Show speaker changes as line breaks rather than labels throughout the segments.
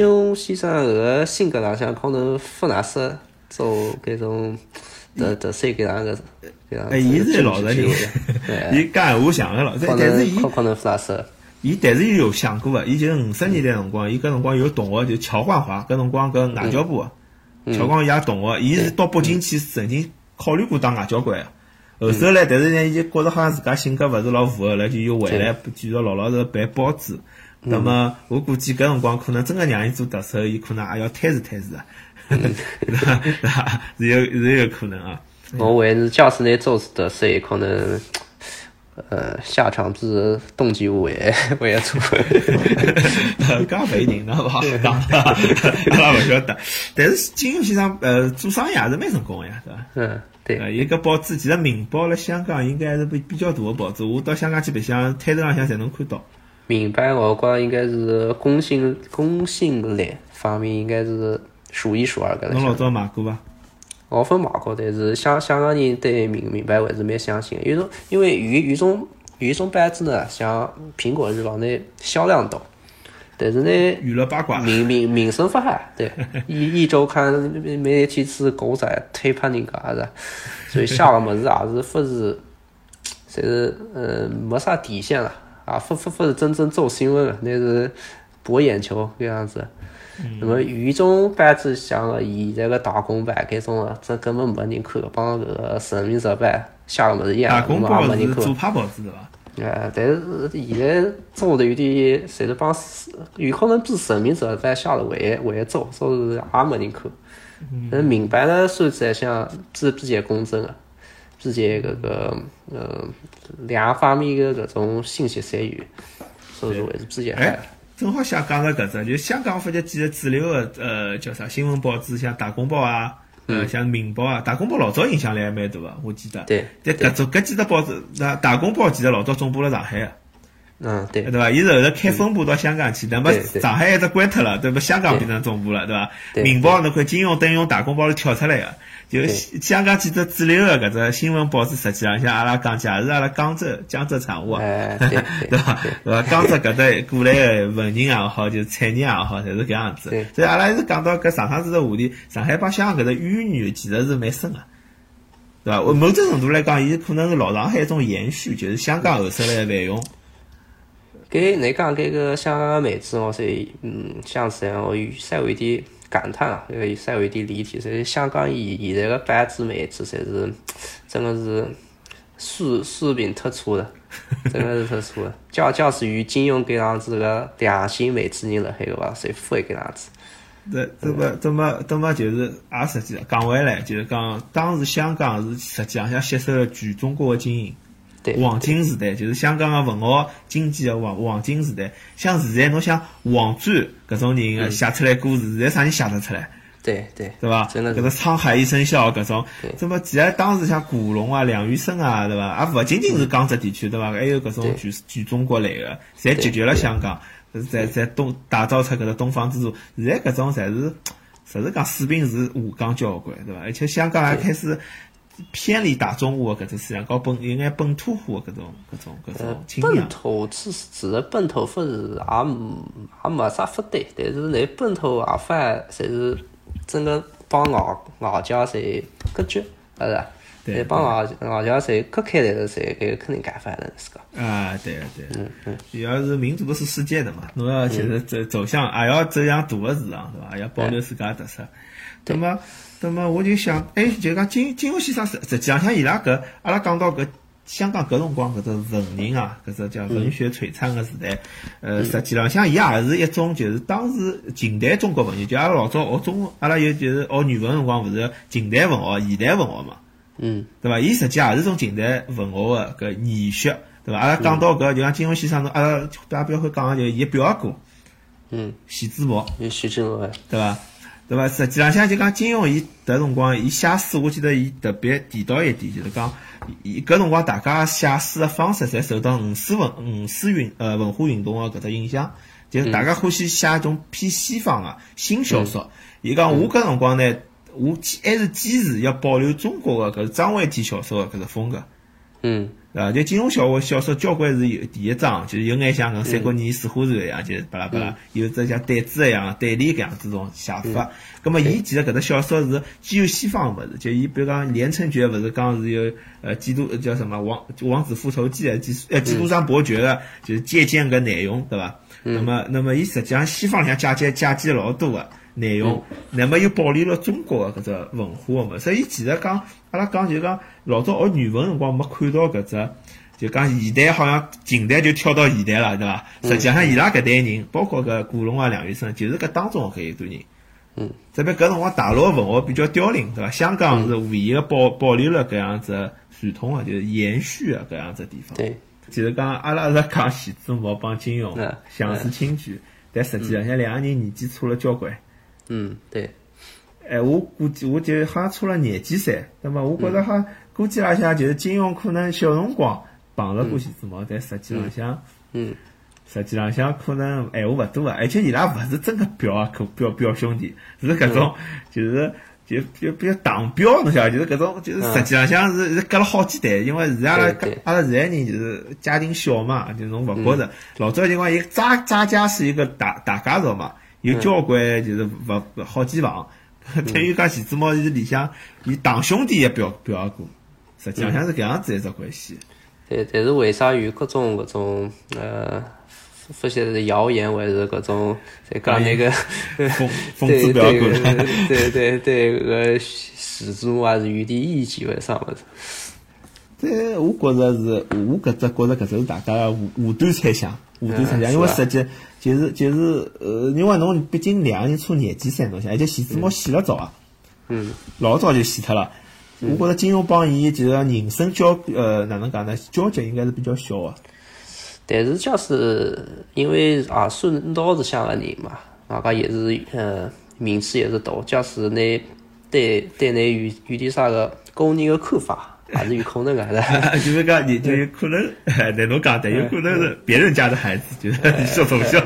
上搿个新搿浪向可能福纳斯做搿种得得三搿样个搿样。
哎，伊是老实人
哎，
伊讲闲话想个老，
可
但但是伊
能可可能福纳斯，
伊但是伊有想过啊个，伊就是五十年代辰光，伊搿辰光有同学就乔冠华，搿辰光搿外交部啊，乔冠华同学，伊是到北京去曾经考虑过当外交官啊。后头来，但是呢，伊就觉着好像自家性格勿是老符合了，就又回来继续老老实实办报纸。那么我估计搿辰光可能真个让伊做特首，伊可能也要摊试摊试啊， 是吧是吧 是有是有可能啊。
我为是假使拿做得三，可能呃下场之冬季五为为主。
搿也勿一定，那勿好讲，阿拉勿晓得。但是金庸先生呃做生意也是蛮成功个呀，对伐？
嗯，对，
呃，一个报纸，其实《明报》辣香港应该还是比比较大个报纸，我到香港去白相，摊头浪向侪能看到。
明白我光应该是公信公信力方面应该是数一数二个
侬老早买过伐？
我分买过，但是香香港人对明明白还是蛮相信的。有种因为有有种有种板子呢，像苹果日报呢销量大，但是呢
娱乐八卦，
名名名声不好。对，一一周刊每每天是狗仔推判人家是，所以下个么子也是不是，侪是呃没啥底线了，啊，不不不是真正做新闻了，那是博眼球搿样子。那么于中版子像个现在个打工版搿种啊，这根本没人看，帮搿个人民日报下个么子一样
大，啊公
嘛也
报
没人
是
看。
左派报纸对伐？
哎，但是现在做的有点，侪是帮有可能比神明者在下头还还做，所以也没人看。但明白了，算起来像比比较公正啊，比较搿个呃两方面的搿种信息参与，所以说还是比较好
哎。，正好想讲到搿只，就香港发觉几只主流个呃叫啥新闻报纸，像《大公报》啊，呃像《明报》啊，《大公报》老早影响力还蛮大个，我记得。
对
但搿种搿几只报纸，那《大公报》其实老早总部辣上海个。
嗯，对
对，伐？伊是后头开分部到香港去，那么
对对
上海一直关脱了，对伐？香港变成总部了，对伐？
对
明报那块金融、灯用、大公报是跳出来个，就
对
香港几只主流个搿只新闻报纸，实际浪向阿拉讲起来，也是阿拉江浙江浙产物啊，
哎对
对
对
伐？对伐？江浙搿搭过来个文人也好，就是产业也好，侪是搿样子
对。
所以阿拉一直讲到搿上趟子个话题，上海帮香港搿只渊源其实是蛮深个。对伐？我某种程度来讲，伊可能是老上海一种延续，就是香港后首来的繁荣。
给你讲这个香港的妹子，我是嗯，想起来我有稍微有点感叹啊，有稍微有点离题。所以香港现现在的班子妹子，才是真的是水水平突出的， 真的是突出的。假假使与金庸搿样子个良心妹子人辣海个话，谁不会搿样子？
这这么这么这么就是，也实际讲回来，就是讲当时香港是实际上向吸收了全中国的精英，
对，
黄金时代就是香港的文学经济的黄黄金时代。像现在侬想王专搿种人
嗯
啊写出来故事，现在啥人写得出来，
对对
对伐？
真的
搿
是
个沧海一声笑搿种
对，
这么其实当时像古龙啊、梁羽生啊，对伐？也勿仅仅是江浙地区，对伐？还有搿种
嗯对
全全中国来的，侪集结了香港，在在东打造出搿个东方之珠。现在搿种侪是，实是讲水平是下降交关，对伐？而且香港也
对
开始偏离大众化搿只思想，搞本有眼本土化搿种搿种搿
呃
种倾
奔
向。
头其实其实奔头不是也没也没啥不对，但是那奔头也反才是整个帮外外界谁隔绝，是不是？
对
那帮外外界谁隔开来了，谁给肯定干翻了，是个。
啊，对啊对啊，主要是民族是世界的嘛，侬要其实走走向，也要走向大的市场，对伐？也要哎保留自家的特色。那么，那么我就想，哎，就讲金金庸先生实实际上像伊拉搿，阿拉讲到搿香港搿辰光搿只文人啊，搿只叫文学璀璨个时代，呃，实际浪向伊也是一种就是当时近代中国文学，就阿拉老早学中文，阿拉有就是学语文辰光，勿是近代文学、现代文学嘛。
嗯，
对伐？伊实际也是种近代文学个搿延续，对伐？阿拉讲到搿，就像金庸先生，侬阿拉大表会讲啊个，就伊表阿哥
嗯，
徐志摩，
有徐志摩的，
对伐？对伐？实际浪向就讲金庸，伊搿辰光伊写书，我记得伊特别提到一点，就是讲伊搿辰光大家写书个方式，侪受到五四文五四运呃文化运动个搿只影响，就是大家欢喜写一种偏西方个、新小说。伊讲我搿辰光呢，我坚还是坚持要保留中国个搿张卫健小说个搿只风格。
嗯，
啊，就金庸小说小说交关是有第一章，就是有眼像搿三国演义、水浒传一样，就是巴拉巴拉，有只像对子一样、对联搿样子种写法。葛末伊其实搿只小说是基于西方物事，就伊比如讲《连城诀》，勿是讲是有呃基督叫什么王王子复仇记啊，基呃基督山伯爵个，就是借鉴搿内容，对伐？那么那么伊实际上西方向借鉴借鉴老多个。内容，
嗯
那么又保留了中国的搿只文化嘛，所以其实讲，阿拉讲就讲老早学语文辰光没看到搿只，就讲现代好像近代就跳到现代了，对伐？
嗯
实际上伊拉搿代人，包括搿古龙啊、梁羽生，就是搿当中搿一段人。
嗯。
特别搿辰光大陆文化比较凋零，对伐？香港是
嗯
无疑个保保留了搿样子传统啊，就是延续啊搿样子地方。
对。
其实讲阿拉是讲徐志摩帮金庸
嗯
相似亲举，但实际上像两个人年纪差了交关。
嗯，对，
哎，我估计我就好像差了廿几岁，那么我觉着好像估计浪向就是金庸可能小辰光碰着过徐志摩，但实际浪向
嗯，
实际浪向可能闲话勿多啊，而且伊拉勿是真个表啊，可表表兄弟，是搿种
嗯
就是。就就比较党标，侬晓得，就是搿种，就是实际浪向是是隔了好几代，因为现在阿拉
嗯对嗯对
阿拉现在人就是家庭小嘛，就侬勿觉着，老早情况，伊扎扎家是一个大大家族嘛，有交
嗯
关就是勿勿好几房。 对于讲徐志摩，伊是里向以堂兄弟也表表过，实际浪向是搿样子一只关系。
对，但是为啥有各种搿种呃，发现的谣言还是各种在讲那个
讽讽
对对
刺表过
对对对对，呃，始终还是有点意见为啥物事？
这我觉着是，我搿只觉着搿只是大家无无端猜想，无端猜想，
嗯
因为
是
实际就是就是呃，因为侬毕竟两个人差廿几岁，侬想，而且徐志摩死了早啊，
嗯，
老早就死脱了。我觉着金庸帮伊就是人生交呃哪能讲呢？交集应该是比较小啊。
但是就是因为啊也算脑子想个人嘛，外加也是呃名气也是大，假使你对对那有有点啥个个人个看法，还是有可能个，是吧
就是讲，你就有可能， 那侬讲的有可能是别人家的孩子，就是 说从小，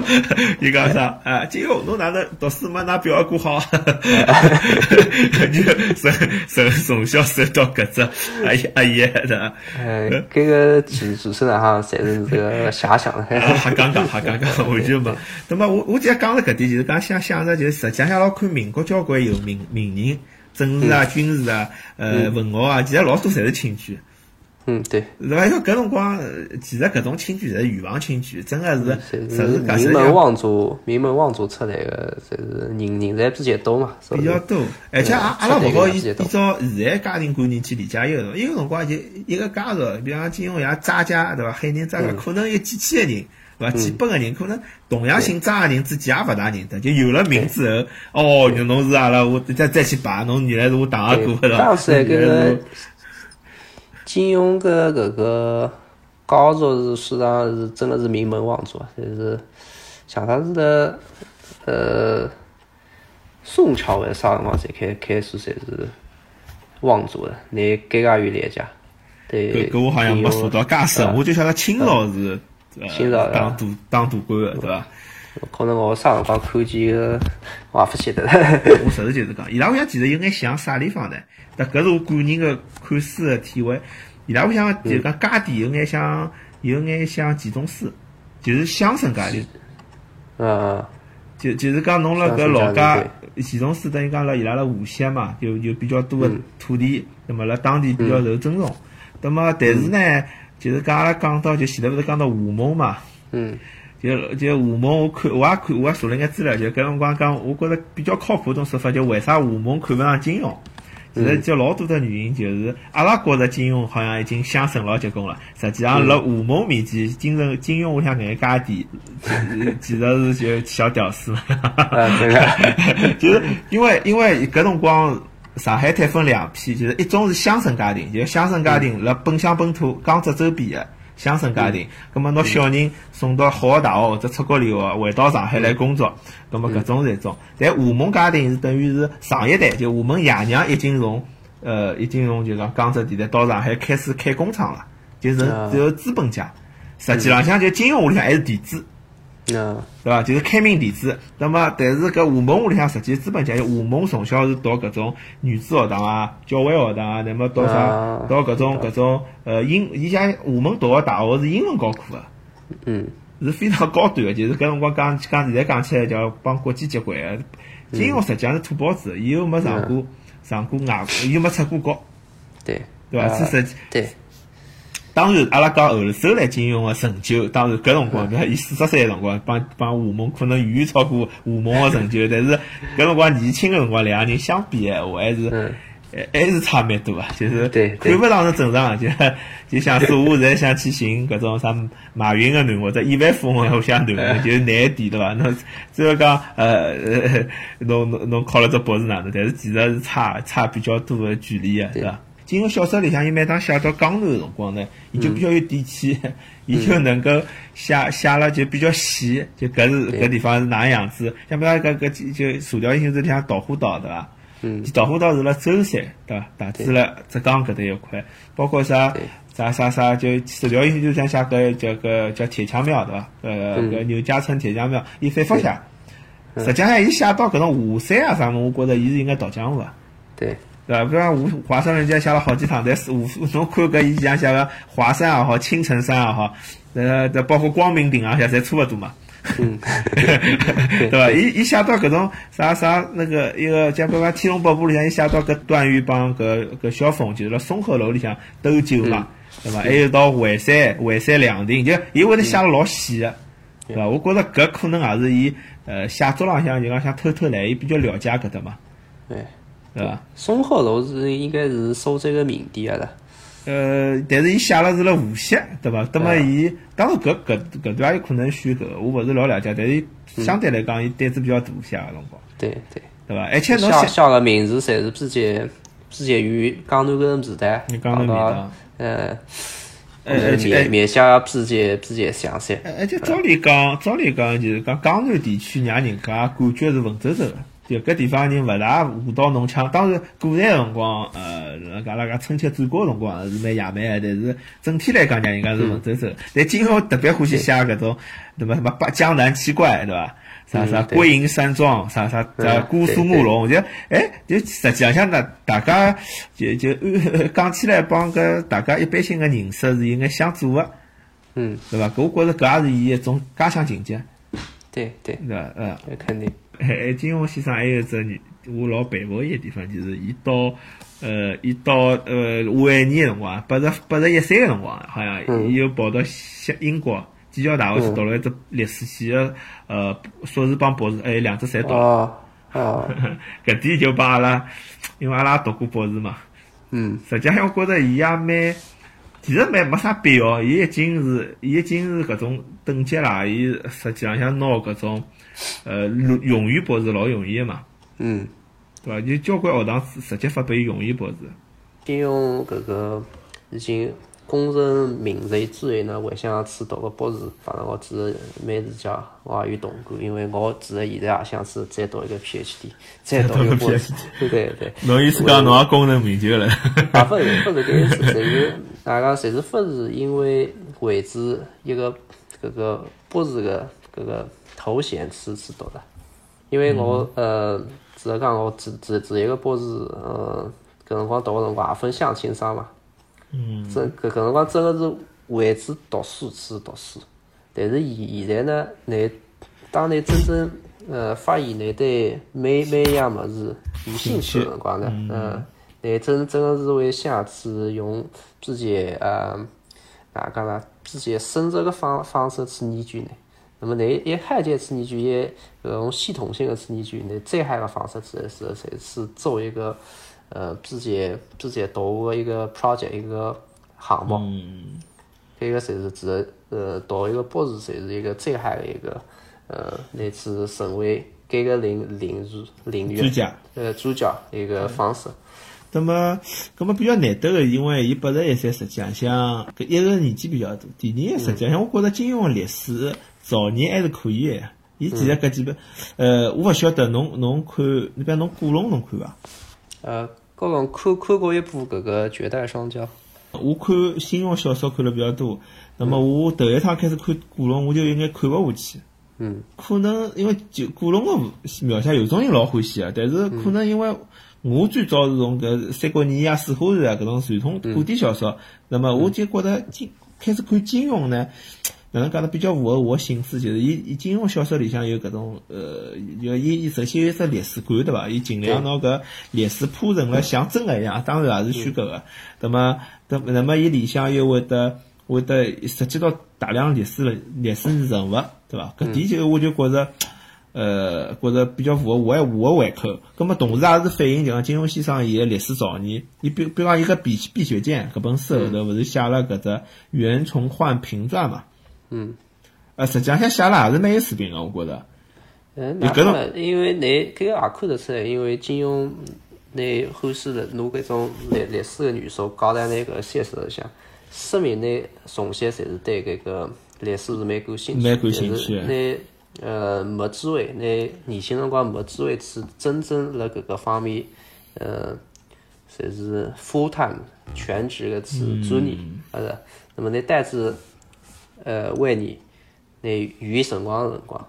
你讲啥 啊？金庸，侬哪能读书没拿表过好？ 你从从从小受到搿只阿爷阿爷的，
呃，搿个主主持人哈，侪是这个遐想的。
啊，瞎讲讲，瞎讲讲，完全没。那么我我只讲了搿点，就是讲想想着，就是实际上像老看民国交关有名名人，政治啊、军事啊、呃文学啊，其实老多侪是清剧。
嗯，对，
是伐？因为搿辰光，呃其实搿种亲眷侪是远房亲眷，真个是，
侪
实是
嗯是
讲
名
实
门
讲
望族，名门望族出来的，侪是人人才比较多嘛，是不
比
是
较？多。而且阿
嗯
阿拉勿好
出
依
台
依
搿个
照现在家庭观念去理解一个辰光，一个辰光就一个家族，比方讲金庸爷扎家对伐？海宁扎
嗯
家可能有几千个人。对伐？几百个人，可能同样姓张个人之间也勿大认得，就有了名之后，哦，原来侬是阿拉，我再再去排，侬原来是我堂阿哥，
对
对伐？
当时还
原来是我
跟金庸个搿个高族是实际上是真的是名门望族，啊，就是像他是的，呃，宋朝还是啥辰光才开开始才是望族的，你更加有了解。对，
搿搿我好像没
金庸
数到介深，我就晓得清朝是呃
清朝是吧
当大当大官个，对伐？
可能我啥辰光看见个，我也勿晓得了。
我实事求是讲，伊拉屋里向其实有眼像啥地方呢？但搿是我个人个看书个体会。伊拉屋里
嗯
向就是讲家底有眼像，有眼像集中师，就是乡绅家庭。
嗯，
就就是讲侬辣搿
乡
老
绅
家
家庭，
集中师等于讲辣伊拉辣无锡嘛，有有比较多
嗯
个土地，那么辣当地比较受尊重。那么但是呢，就是讲阿拉讲到就前头勿是讲到吴蒙嘛，
嗯，
就就吴蒙，我看我也看，我也查了眼资料，就搿辰光讲，我觉着比较靠谱一种说法，就为啥吴蒙看勿上金庸？其
嗯
实就老多的原因，就是阿拉觉着金庸好像已经相审老结棍了，实际上
嗯
辣吴蒙面前，金庸金庸屋里向搿眼家底，其其实是就小屌丝嘛。
啊，对个，
就是因为因为搿辰光上海滩分两批，就是一种是乡绅家庭，就是乡绅家庭辣本乡本土江浙周边的乡绅家庭，葛末拿小人送到好个大学或者出国留学，回到上海来工作，葛末搿种是一种。但吴蒙家庭是等于是上一代，就吴蒙爷娘已经从呃已经从就讲江浙地带到上海开始开工厂了，就是
啊
只有资本家。实际浪向就金庸屋里向还是地主，
嗯，
对伐？就是开明弟子。那么，但是搿武蒙屋里向实际资本家，武蒙从小是读搿种女子学堂啊、教会学堂啊，乃末读啥？
啊
读搿种搿种呃英，伊家武蒙读个大学是英文教课个，
嗯，
是非常高端个。就是搿辰光讲讲现在讲起来叫帮国际接轨个。
嗯
金庸实际上是土包子，伊又没上过上过外，伊又没出过国，
对，
对伐？
啊
是实际。
对，
当然，阿拉讲后首来金庸个成就，当然搿辰光，
嗯
比如伊四十岁个辰光，帮帮吴蒙可能远远超过吴蒙个成就，但是搿辰光年轻个辰光，两个人相比个闲话，还是
嗯，
还还是差蛮多啊，就是
对对
看勿上是正常，就就像似乎现在想去寻搿种啥马云个男或者亿万富翁，我想男的就是难一点对伐？ 侬只要讲呃呃，侬侬侬考了只博士哪能？但是其实是差差比较多个距离个，啊对伐？金庸小说里向，伊每当写到江南个辰光呢，伊就比较有底气， 伊就能够写写了就比较细，就搿是
对
搿地方是哪能样子？像比如讲搿搿就就《射雕英雄传》里向导啊火岛对伐？
嗯，
导火岛是辣舟山，对伐？大致辣浙江搿搭一块，包括啥
对
啥啥啥，就石雕英雄就像写搿叫搿叫铁枪庙，对伐？呃，
嗯
搿牛家村铁枪庙，伊反复写。实际上，伊写到搿种华山啊啥物，我觉着伊是应该倒江湖啊。
对，
对伐？比方吴华山人家写了好几趟，但是吴侬看搿伊像写个华山也好，青城山也好，呃，这包括光明顶啊，写侪差勿多嘛。
嗯，
对伐？伊伊写到搿种啥啥那个一个，像比如讲《天龙八部》里向，伊写到搿段誉帮搿搿萧峰，就是辣松鹤楼里向斗酒嘛，对伐？还有到淮山淮山两亭，就伊会得写了老细个，对伐？我觉着搿可能也是伊呃写作浪向就讲想偷偷来，伊比较了解搿搭嘛，
对，
对伐？
松鹤楼是应该是收这个名店的，
呃，但是伊写了是辣无锡，对伐？那么伊当然搿搿搿段也有可能虚构，我勿是老了解，但是伊相对来讲，伊胆子比较大写个辰光，
对对，
对伐？而且侬
写
想，
写个名字侪是直接直接于江南搿种时代，
你讲到面
好
搭
吧，呃，
呃而且
面面相比较比较详细，
哎，而且照理讲，照理讲就是讲江南地区，让人家感觉是文绉绉的。就搿地方人勿大舞刀弄枪，当然古代辰光，呃，阿拉讲春秋战国辰光是蛮野蛮的，但是整体来讲，让人家是文绉
嗯
绉。但今后特别欢喜写搿种，对伐？什么八江南七怪，对伐？啥啥
嗯对
归隐山庄，啥啥啥
嗯
姑苏
对
慕
对
容，就哎，就实际上呢，大家就就呃讲起来帮搿大家一般性的认识是应该相左的。
嗯，
对伐？搿我觉着搿也是伊一种家乡情结，
对对，
对伐？ 嗯，
那肯定，
哎，金庸先生还有一只女，我老佩服伊个地方，就是伊到呃，伊到呃晚年个辰光，八十八十一岁个辰光，啊好像
嗯
伊又跑到西英国剑桥大学去
嗯
读了一只历史系个呃硕士帮博士，还有两只侪读。
哦哦，
搿点就帮阿拉，因为阿拉也读过博士嘛，
嗯
实际上我觉着伊也蛮，其实蛮没啥必要。伊已经是，伊已经是搿种等级啦。伊实际上想拿搿种，呃，论用语博士老容易个嘛，
嗯。
对伐？有交关学堂直接发拨伊用语博士。
金庸搿个已经功成名就之后呢，回想去读个博士，反正我只是每自家我也有同感，因为我其实现在也想去再读一个 PhD，再读一个博士，对对对。
侬意思讲侬也功成名就了？
啊，不是不是搿意思，侪是哪讲，侪是不是因为为之一个搿个博士个搿个头衔去去读的，因为我呃，只是讲我只只只一个博士，呃，搿辰光读个辰光也分相亲商嘛，
嗯，
真搿搿辰光真个是为之读书去读书，但是现现在呢，你当你真正呃发现你对每每一样物事有兴趣的辰光呢，嗯，你真真个是会想去用自己呃哪讲呢，自己深入个方方式去研究呢。那么你一海界去研究，一搿种呃系统性的去研究，你再海个方式是是是是做一个呃自己自己投个一个 project 一个项目，
嗯，
搿个侪是指呃读一个博士，侪是一个最好的一个呃，类似成为搿个领领域领
专
域
家。
呃主角一个方式。
那么，那么比较难得个，因为伊八十一岁，实际上像搿一个年纪比较大，第二个实际上我觉着金庸历史造诣还是可以个。伊其实搿几本，呃，我勿晓得侬侬看，你比如侬古龙侬看伐？
呃，高龙看看过一部搿个《绝代双骄》，
我看金庸小说看了比较多，那么我头一趟开始看古龙，我就有眼看勿下去，
嗯，
可能因为就古龙个描写有种人老欢喜啊，但是可能因为我最早是从搿《三国演义》啊、《水浒传》啊搿种传统古典小说，那么我就觉得金开始看金庸呢。哪能讲呢？比较符合我性质，就是伊伊金庸小说里向有搿种呃，就伊伊首先有一只历史观，对伐？伊尽量拿搿历史铺陈了像真个一样，当然也是虚构个。那么，那那么伊里向又会得会得涉及到大量历史人历史人物，对伐？搿点就我就觉着。呃，觉着比较符合我我胃口，葛么同时也是反映就讲金庸先生伊个历史造诣。伊比比方伊个《碧碧血剑》搿本书后头，勿是写了搿只袁崇焕评传嘛？
嗯，
呃，实际上写了还是蛮有水平个，我觉着。
嗯，哪看了？因为你搿个也看得出来，因为金庸，你后世的侬搿种历历史个元素加在那个现实里向，说明你从小侪是对搿个历史是蛮感兴趣，
蛮感兴趣。
你呃没机会，你年轻辰光没机会去真正辣搿个方面，呃，侪是 full time 全职个
嗯
去钻研，是勿是？那么你单子。呃，为你那余辰光辰光，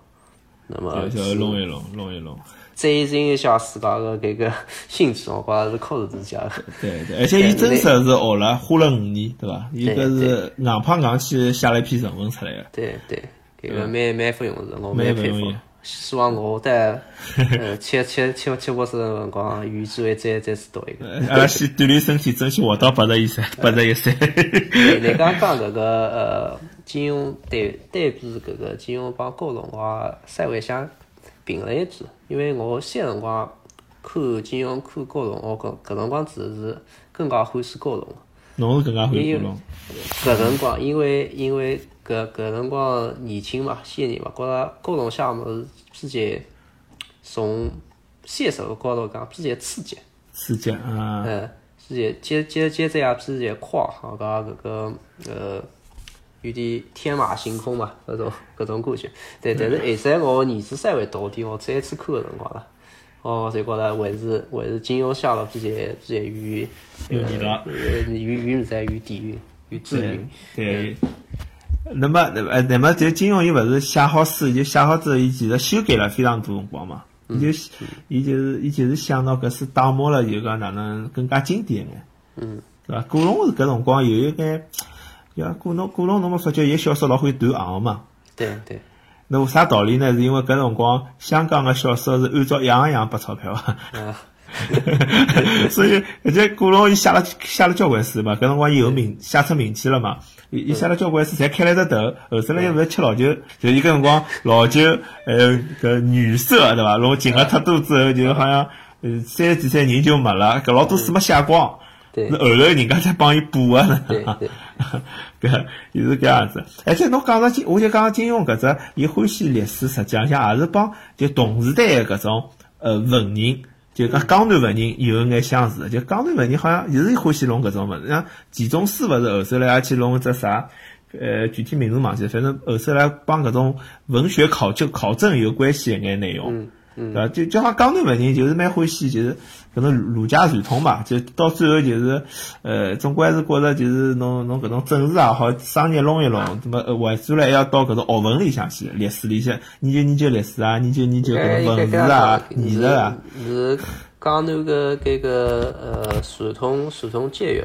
那么
就弄一弄，弄一弄，
追寻一下自家的搿个兴趣，我觉着是靠自家的。
对对，而且伊真实是学了，花了五年，对伐？伊搿是硬胖硬去写了一篇论文出来个。
对对，搿个蛮蛮不容易，我蛮佩服。希望我在呃七七七七八十的辰光有机会再再去读一个。
阿拉先锻炼身体，争取活到八十 一岁，八十一岁。
你刚讲搿个呃。金庸对对比搿个金庸帮高龙我稍微想评论一句，因为我先辰光看金庸看高龙，我搿搿辰光其实是更加欢喜高龙。
侬是更加欢喜高龙？
搿辰光因为因为搿搿辰光年轻嘛，鲜年嘛，觉着高龙项目比较从现实个高头讲比较刺激。
刺激啊！
嗯，比较接接接着也比较夸张，讲搿个呃。有点天马行空嘛，搿种 搿种感觉。对，但是后在我年纪稍微大点，我再次看个辰光啦，哦，才觉着还是还是金庸写了比较比较有
有味道，
呃有有在有底蕴，有资源。
对。那么，呃，那么就金庸伊勿是写好书，就写好之后，伊其实修改了非常多辰光嘛。伊就伊就是伊就是想到搿书打磨了，就讲哪能更加经典眼。
嗯。
对伐？古龙是搿辰光有一眼。呀，古龙古龙，侬没发觉伊小说老会断行嘛？
对对。
那为啥道理呢？是因为搿辰光香港个小说是按照一行一行拨钞票啊。 所以，而且古龙伊写了写了交关书嘛，搿辰光伊有名写出名气了嘛。伊伊写了交关书，侪开了只头。后头来又勿是吃老酒，就伊搿辰光老酒，有搿女色对伐？侬进了太多之后，就好像呃三十几岁人就没了，搿老多书没写光。
那
后头人家才帮伊补啊 呢，
搿
伊是搿样子。而且侬讲到金，我就讲金庸搿只，伊欢喜历史，实际上也是帮就同时代的搿种呃文人，就讲江南文人有眼相似。就江南文人好像也是欢喜弄搿种物事，像钱钟书勿是后头来也去弄只啥，呃具体名字忘记了，反正后头来帮搿种文学考究考证有关系一眼内容。
嗯嗯、
对伐？就就像江南文人，就是蛮欢喜，就是搿种儒家传统嘛。就到最后，就是呃，总归是觉着就是侬侬搿种政治也好，商业弄一弄，
啊
怎么回转来还要到搿种学问里向去，历史里向研究研究历史啊，研究研究搿种文字啊、艺术啊。
是江南个搿个呃传统传统教育，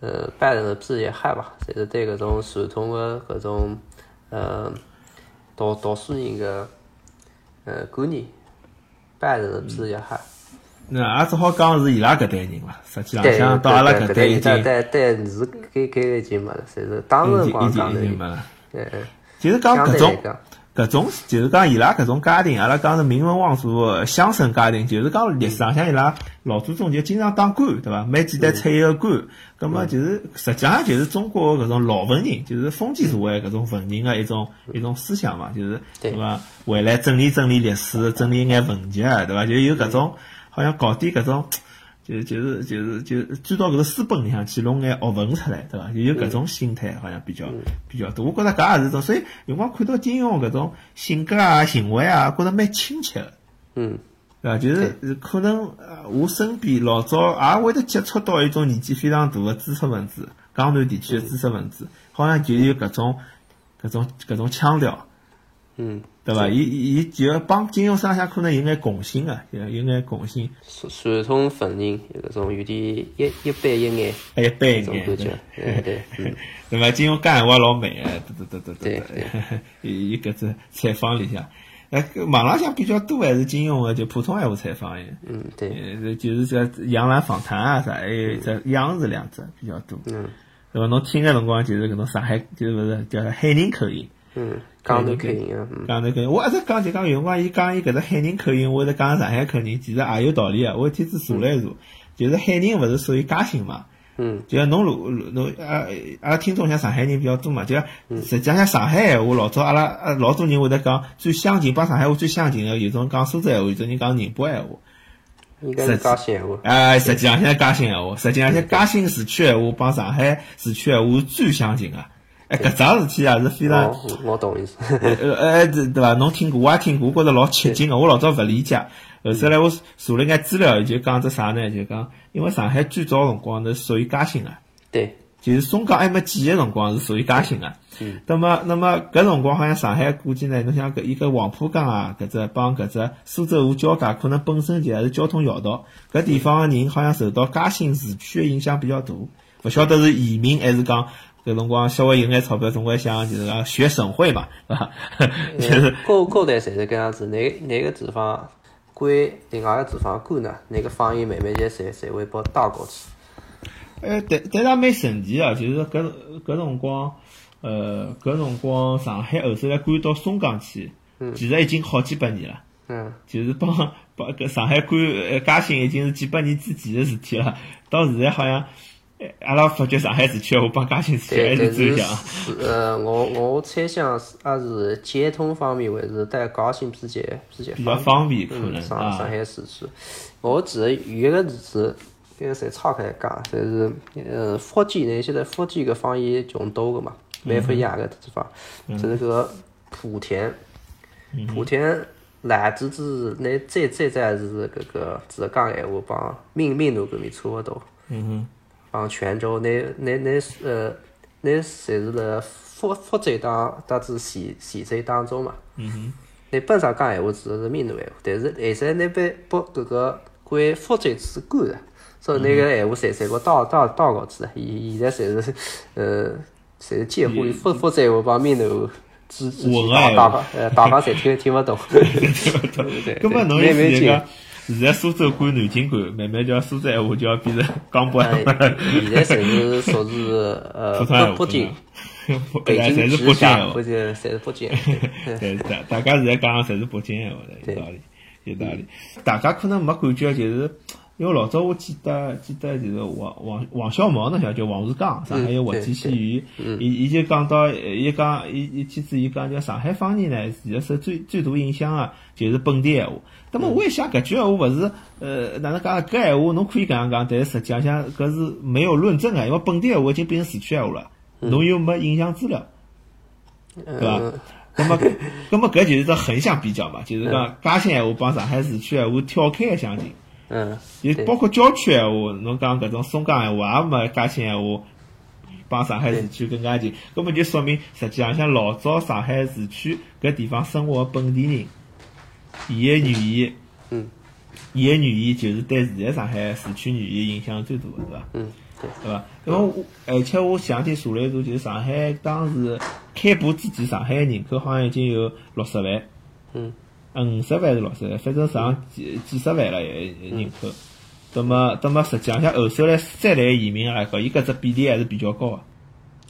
呃，办了比较嗨吧，侪是对搿种传统个搿种呃读读书人个呃观念。办是比较哈，
那也只好讲是伊拉搿代人了。实际浪向到阿拉搿代已经，
对对，是搿搿已经没了，侪是当时光
讲
的。
已经没了。
嗯嗯。
就是讲搿种搿种，就是讲伊拉搿种家庭，阿拉讲是名门望族乡绅家庭，就是讲历史上向伊拉老祖宗就经常当官，对伐？蛮简单出一个官，葛么就是实际上就是中国搿种老文人，就是封建社会搿种文人个一种一种思想嘛，就是对伐？回来整理整理历史，整理一眼文集，对伐？就有搿种好像搞点搿种，就就是就是就钻到搿个书本里向去弄眼学问出来，对伐？就有搿种心态，好像比较比较多。我觉着搿也是种，所以有光看到金庸搿种性格啊、行为啊，觉着蛮亲切个。
嗯，
对伐？就是可能呃我身边老早也会得接触到一种年纪非常大个知识分子，江南地区个知识分子，好像就有搿种搿种搿种腔调。
嗯，
对伐？伊伊就要帮金融商社可能有眼共性啊，有有眼共性，
传传统粉人有搿种有点一一板一眼，
一般
这
一嗯
种感觉
眼。，
嗯对，嗯
对伐？金融讲闲话老美哎，对对对
对
对对， 伊伊搿只采访里向，哎，搿网浪向比较多还是金融个，就普通闲话采访哎。
嗯对，
呃，就是这杨澜访谈啊啥，还有这央视两只比较多。
嗯
对伐？侬听个辰光就是搿种上海，就是勿是叫啥海宁口音。
嗯，讲头口音啊，嗯
讲那个，我一直讲就讲有辰光伊讲伊搿只海宁口音，我一直讲上海口音，其实也有道理啊个。我一天子查了一查，就是海宁勿是属于嘉兴嘛？
嗯
就像侬如侬啊阿拉听众像上海人比较多嘛，就像
嗯
实际上上海闲话，老早阿拉啊老多人会得讲最相近，帮上海话最相近个，有种讲苏州闲话，有种人讲宁波闲话。
应该是嘉兴闲话，
哎，实际上现在嘉兴闲话，实际上现在嘉兴市区闲话帮上海市区闲话是最相近个。哎，搿桩事体也是非常。
哦，我懂意思，
呃呃，对对伐？侬听过，我也听过，我觉着老吃惊个。我老早勿理解，后头来我查了眼资料，就讲只啥呢？就讲，因为上海最早辰光是属于嘉兴个，
对，
就是松江还没建个辰光是属于嘉兴个。
嗯
那么，那么搿辰光好像上海估计呢，侬想搿一个黄浦江啊，搿只帮搿只苏州河交界，可能本身就还是交通要道。搿地方个人好像受到嘉兴市区个影响比较大，勿晓得是移民还是讲搿辰光稍微有眼钞票，总归想就是讲学省会嘛，是伐？ 就是
各各代侪是搿样子，哪哪个地方归另外个地方管呢？哪个方言慢慢就侪侪会被带过去，
呃，但但也蛮神奇啊，就是搿搿辰光，呃，搿辰光上海后头来搬到松江去，其实已经好几百年了。
嗯
就是帮帮搿上海管呃嘉兴已经是几百年之前的事体了。到现在好像，呃阿拉发觉上海市区话帮嘉兴市区还
对，但
是
是
走向。
是呃，我我猜想是也是交通方面还是带高兴比较比较
比较方便可能
嗯，上
啊
上海市区，我记得有一个例子，跟侪岔开来讲，就是呃福建呢，现在福建个方言穷多个嘛，蛮
嗯
不一样个地方，就是搿个莆田，
嗯
莆田。来自子那最最在是搿个浙江闲话帮闽闽南搿面差勿多，
嗯哼，
帮泉州那那那呃那侪是辣福福州当搭子泉泉州当中嘛。
嗯哼，
那本上讲闲话指的是闽南闲话，但是现在那边拨搿个归福州主管的，所以那
嗯
个闲话侪侪拨倒倒倒过去了。现现在侪是呃侪是介
嗯
乎于福福州闲话帮闽南话之之
混
间
合
打
闲
打
话
法呃打法侪听听 勿懂。对
搿么侬意
蛮蛮
思就
近
讲，现在苏州管南京管，慢慢叫苏州闲话就要变成江北
哎
闲话了，
现在侪是属于呃
四川闲
北
话
北京。
可能，
北
哎
京
侪
直
是北京
辖，
闲话
或。者侪是北 京。
对，大大家现在讲的侪是北京闲话的，
对
有道理，有道理。大家可能没感觉，就是因为老早我记得记得就是王王王小毛那小叫王世刚，上海有活体戏院，伊伊就讲到，呃伊讲伊伊妻子伊讲叫上海方言呢，其实是最最大影响啊，就是本地闲话。那么我一想，搿句闲话勿是呃哪能讲？搿闲话侬可以搿样讲，但是实际上像搿是没有论证啊，因为本地闲话已经变成市区闲话了，侬又没影像资料。对
嗯
吧，那么，那么搿就是只横向比较嘛，就是讲嘉兴闲话帮上海市区闲话跳开个相近，
嗯，
就
对
包括郊区闲话，侬讲搿种松江闲话也没嘉兴闲话帮上海市区更加近，根本就说明实际上像老早上海市区搿地方生活的本地人，伊个语言，
嗯，
伊个语言就是对现在上海市区语言影响最大的，对伐？
嗯，对，
对伐？因为我而且我前两天查了一查，就是上海当时开埠之前，上海的人口好像已经有六十万，
嗯，
呃五十万是六十万，反正上几几十万了也也人口。那么，那么实际上像后首来再来移民来讲，伊搿只比例还是比较高啊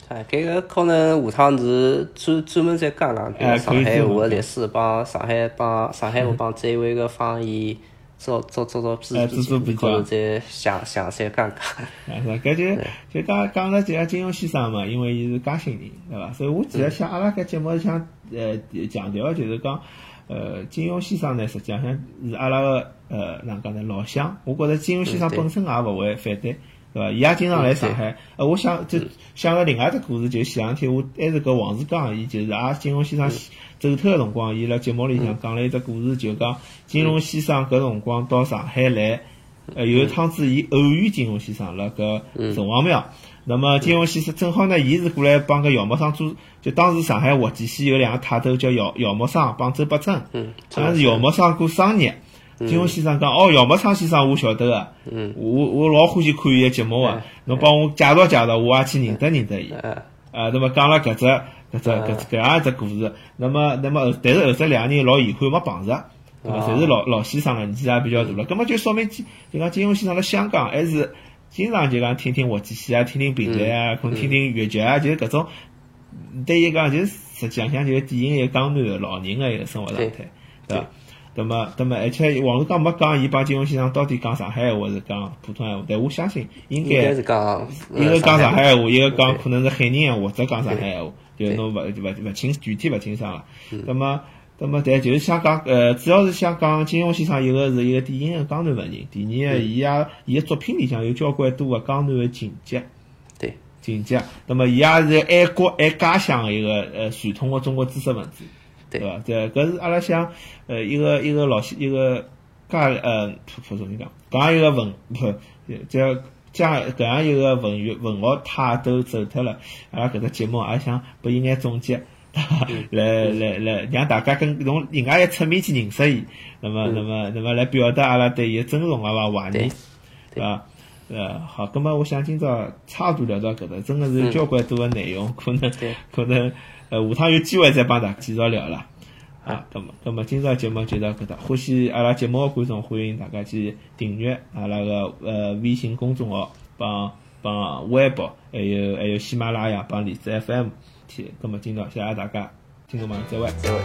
个。
哎，搿个可能下趟是专专门再讲讲，比如
哎
上
可以
海
专门
话的
讲嗯
历史帮上海帮上海话帮周围个方言做做做做比
哎
比
做做比
较，
较
可能再详详细讲讲。
啊，是吧搿就就讲讲了，就像金庸先生嘛，因为伊是嘉兴人，对伐？所以我其
嗯
实想阿拉搿节目是想呃强调，就是讲呃金庸先生呢，实际上是阿拉个呃哪能讲呢老乡。我觉着金庸先生
嗯对嗯
本身也勿会反对，对伐？伊也经常来上海。呃，我想就想了另外一只故事，就前两天我还是搿王世刚，伊就是也金庸先
嗯
生走脱个辰光，伊辣节目里向讲了一只故事，就讲金庸先生搿辰光到上海来。呃，有一趟子伊偶遇金庸先生辣搿城隍庙，那么金庸先生正好呢，伊是过来帮个姚沫生做，就当时上海活计系有两个泰斗叫姚姚沫生帮周伯珍，好像是姚沫生过生日。金庸先生讲，哦，姚沫生先生我晓得个，我我老欢喜看伊个节目个，侬帮我介绍介绍，我也去认得认得
哎
伊。
呃
啊，那么讲了搿只搿只搿搿样一只故事，那么那么但是后头两个人老遗憾没碰着，对伐？侪是老老先生了，年纪啊也比较大了，葛么就说明金就讲金庸先生辣香港还是。经常就讲听听滑稽戏啊，听听评弹啊，可能听听越剧啊，就是搿种。对伊讲，就是实际上就是典型一个江南老人个一个生活状态，对伐？那么，那么，而且网络讲没讲，伊帮金庸先生到底讲上海话是讲普通闲话，但我相信应该
是讲呃
一个讲呃上海话，一个讲可能是海人或者讲上海话，就侬勿勿勿清具体勿清爽了。那么，那么，但就是香港，呃，主要是香港金庸先生一个是一个典型的江南文人，第二个伊也伊个作品里向有交关多个江南的情节，
对
情节。那么伊也是爱国爱家乡的一个呃传统的中国知识分子，对伐？这搿是阿拉想呃一个一个老一个介呃普普通人讲，讲一个文不这将搿样一个文娱文学态都走脱了，阿拉搿只节目也想拨伊眼总结。 来来来，让大家跟从人家一侧面去认识伊，那么那么那么来表达阿拉对伊个尊重啊怀念，嗯对伐？呃，好，葛么我想今朝差不多聊到搿搭，真个是交关多个内容，可能可能呃下趟有机会再帮大家继续聊啦。啊，葛么葛么今朝节目就到搿搭，欢喜阿拉节目个观众欢迎大家去订阅阿拉个呃微信公众号帮帮微博，还有还有喜马拉雅帮荔枝 FM。那么今朝，谢谢大家，听众朋友，再会，
再会。